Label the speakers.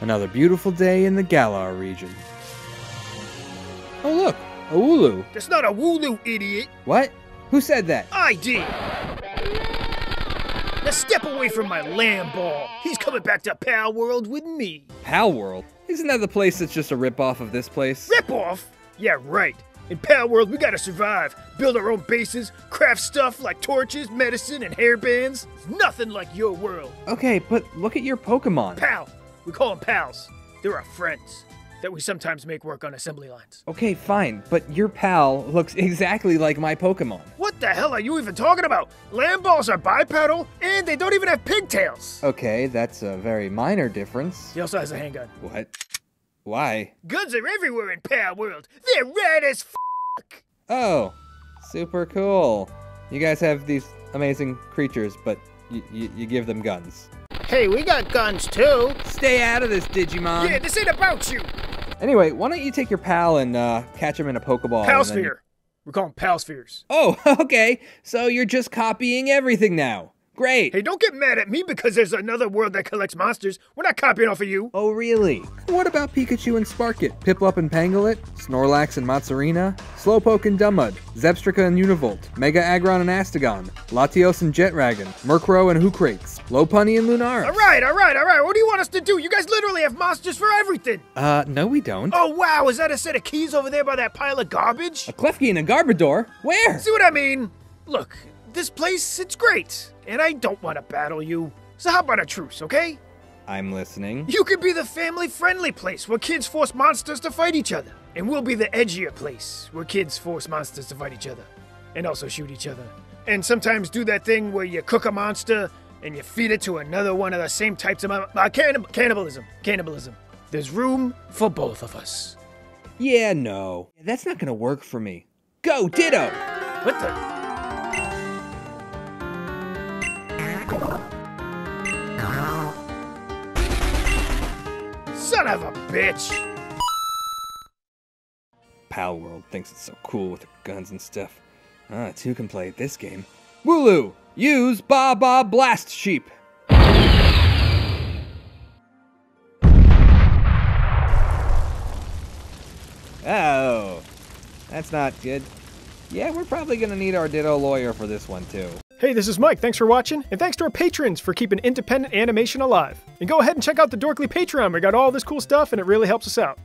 Speaker 1: Another beautiful day in the Galar region. Oh, look, a Ulu.
Speaker 2: That's not a Wooloo, idiot.
Speaker 1: What? Who said that?
Speaker 2: I did. Now step away from my lamb ball. He's coming back to Pal World with me.
Speaker 1: Pal World? Isn't that the place that's just a ripoff of this place?
Speaker 2: Rip off? Yeah, right. In Pal World, we gotta survive, build our own bases, craft stuff like torches, medicine, and hairbands. It's nothing like your world.
Speaker 1: Okay, but look at your Pokemon.
Speaker 2: Pal. We call them pals. They're our friends that we sometimes make work on assembly lines.
Speaker 1: Okay, fine, but your pal looks exactly like my Pokemon.
Speaker 2: What the hell are you even talking about? Lamb balls are bipedal, and they don't even have pigtails.
Speaker 1: Okay, that's a very minor difference.
Speaker 2: He also has a handgun.
Speaker 1: What? Why?
Speaker 2: Guns are everywhere in Pal World. They're rad as f-
Speaker 1: Oh, super cool. You guys have these amazing creatures, but y- y- you give them guns.
Speaker 3: Hey, we got guns too.
Speaker 1: Stay out of this, Digimon.
Speaker 2: Yeah, this ain't about you.
Speaker 1: Oh, Anyway, why don't you take your pal and uh, catch him in a Pokeball?
Speaker 2: Pal
Speaker 1: and then-
Speaker 2: sphere. We call them pal spheres.
Speaker 1: Oh, okay. So you're just copying everything now. Great.
Speaker 2: Hey, don't get mad at me because there's another world that collects monsters. We're not copying off of you.
Speaker 1: Oh, really? What about Pikachu and Sparkit, Piplup and Pangolin, Snorlax and Mozzarina, Slowpoke and Dummud, Zepstrika and Univolt, Mega Aggron and Astagon, Latios and Jetragon, Murkrow and Hookrates, Lopunny and Lunar.
Speaker 2: All right, all right, all right. What do you want us to do? You guys literally have monsters for everything.
Speaker 1: Uh, no, we don't.
Speaker 2: Oh, wow. Is that a set of keys over there by that pile of garbage?
Speaker 1: A Klefki and a Garbodor? Where?
Speaker 2: See what I mean? Look, this place, it's great. And I don't want to battle you. So how about a truce, okay?
Speaker 1: I'm listening.
Speaker 2: You could be the family friendly place where kids force monsters to fight each other. And we'll be the edgier place where kids force monsters to fight each other. And also shoot each other. And sometimes do that thing where you cook a monster and you feed it to another one of the same types of mon- uh, cannib- cannibalism. Cannibalism. There's room for both of us.
Speaker 1: Yeah, no. That's not gonna work for me. Go, Ditto!
Speaker 2: What the? Son of a bitch!
Speaker 1: Pal World thinks it's so cool with the guns and stuff. Ah, two can play at this game. Wooloo! Use Ba Ba Blast Sheep! Oh, that's not good. Yeah, we're probably gonna need our Ditto lawyer for this one too.
Speaker 4: Hey, this is Mike. Thanks for watching, and thanks to our patrons for keeping independent animation alive. And go ahead and check out the Dorkly Patreon. We got all this cool stuff, and it really helps us out.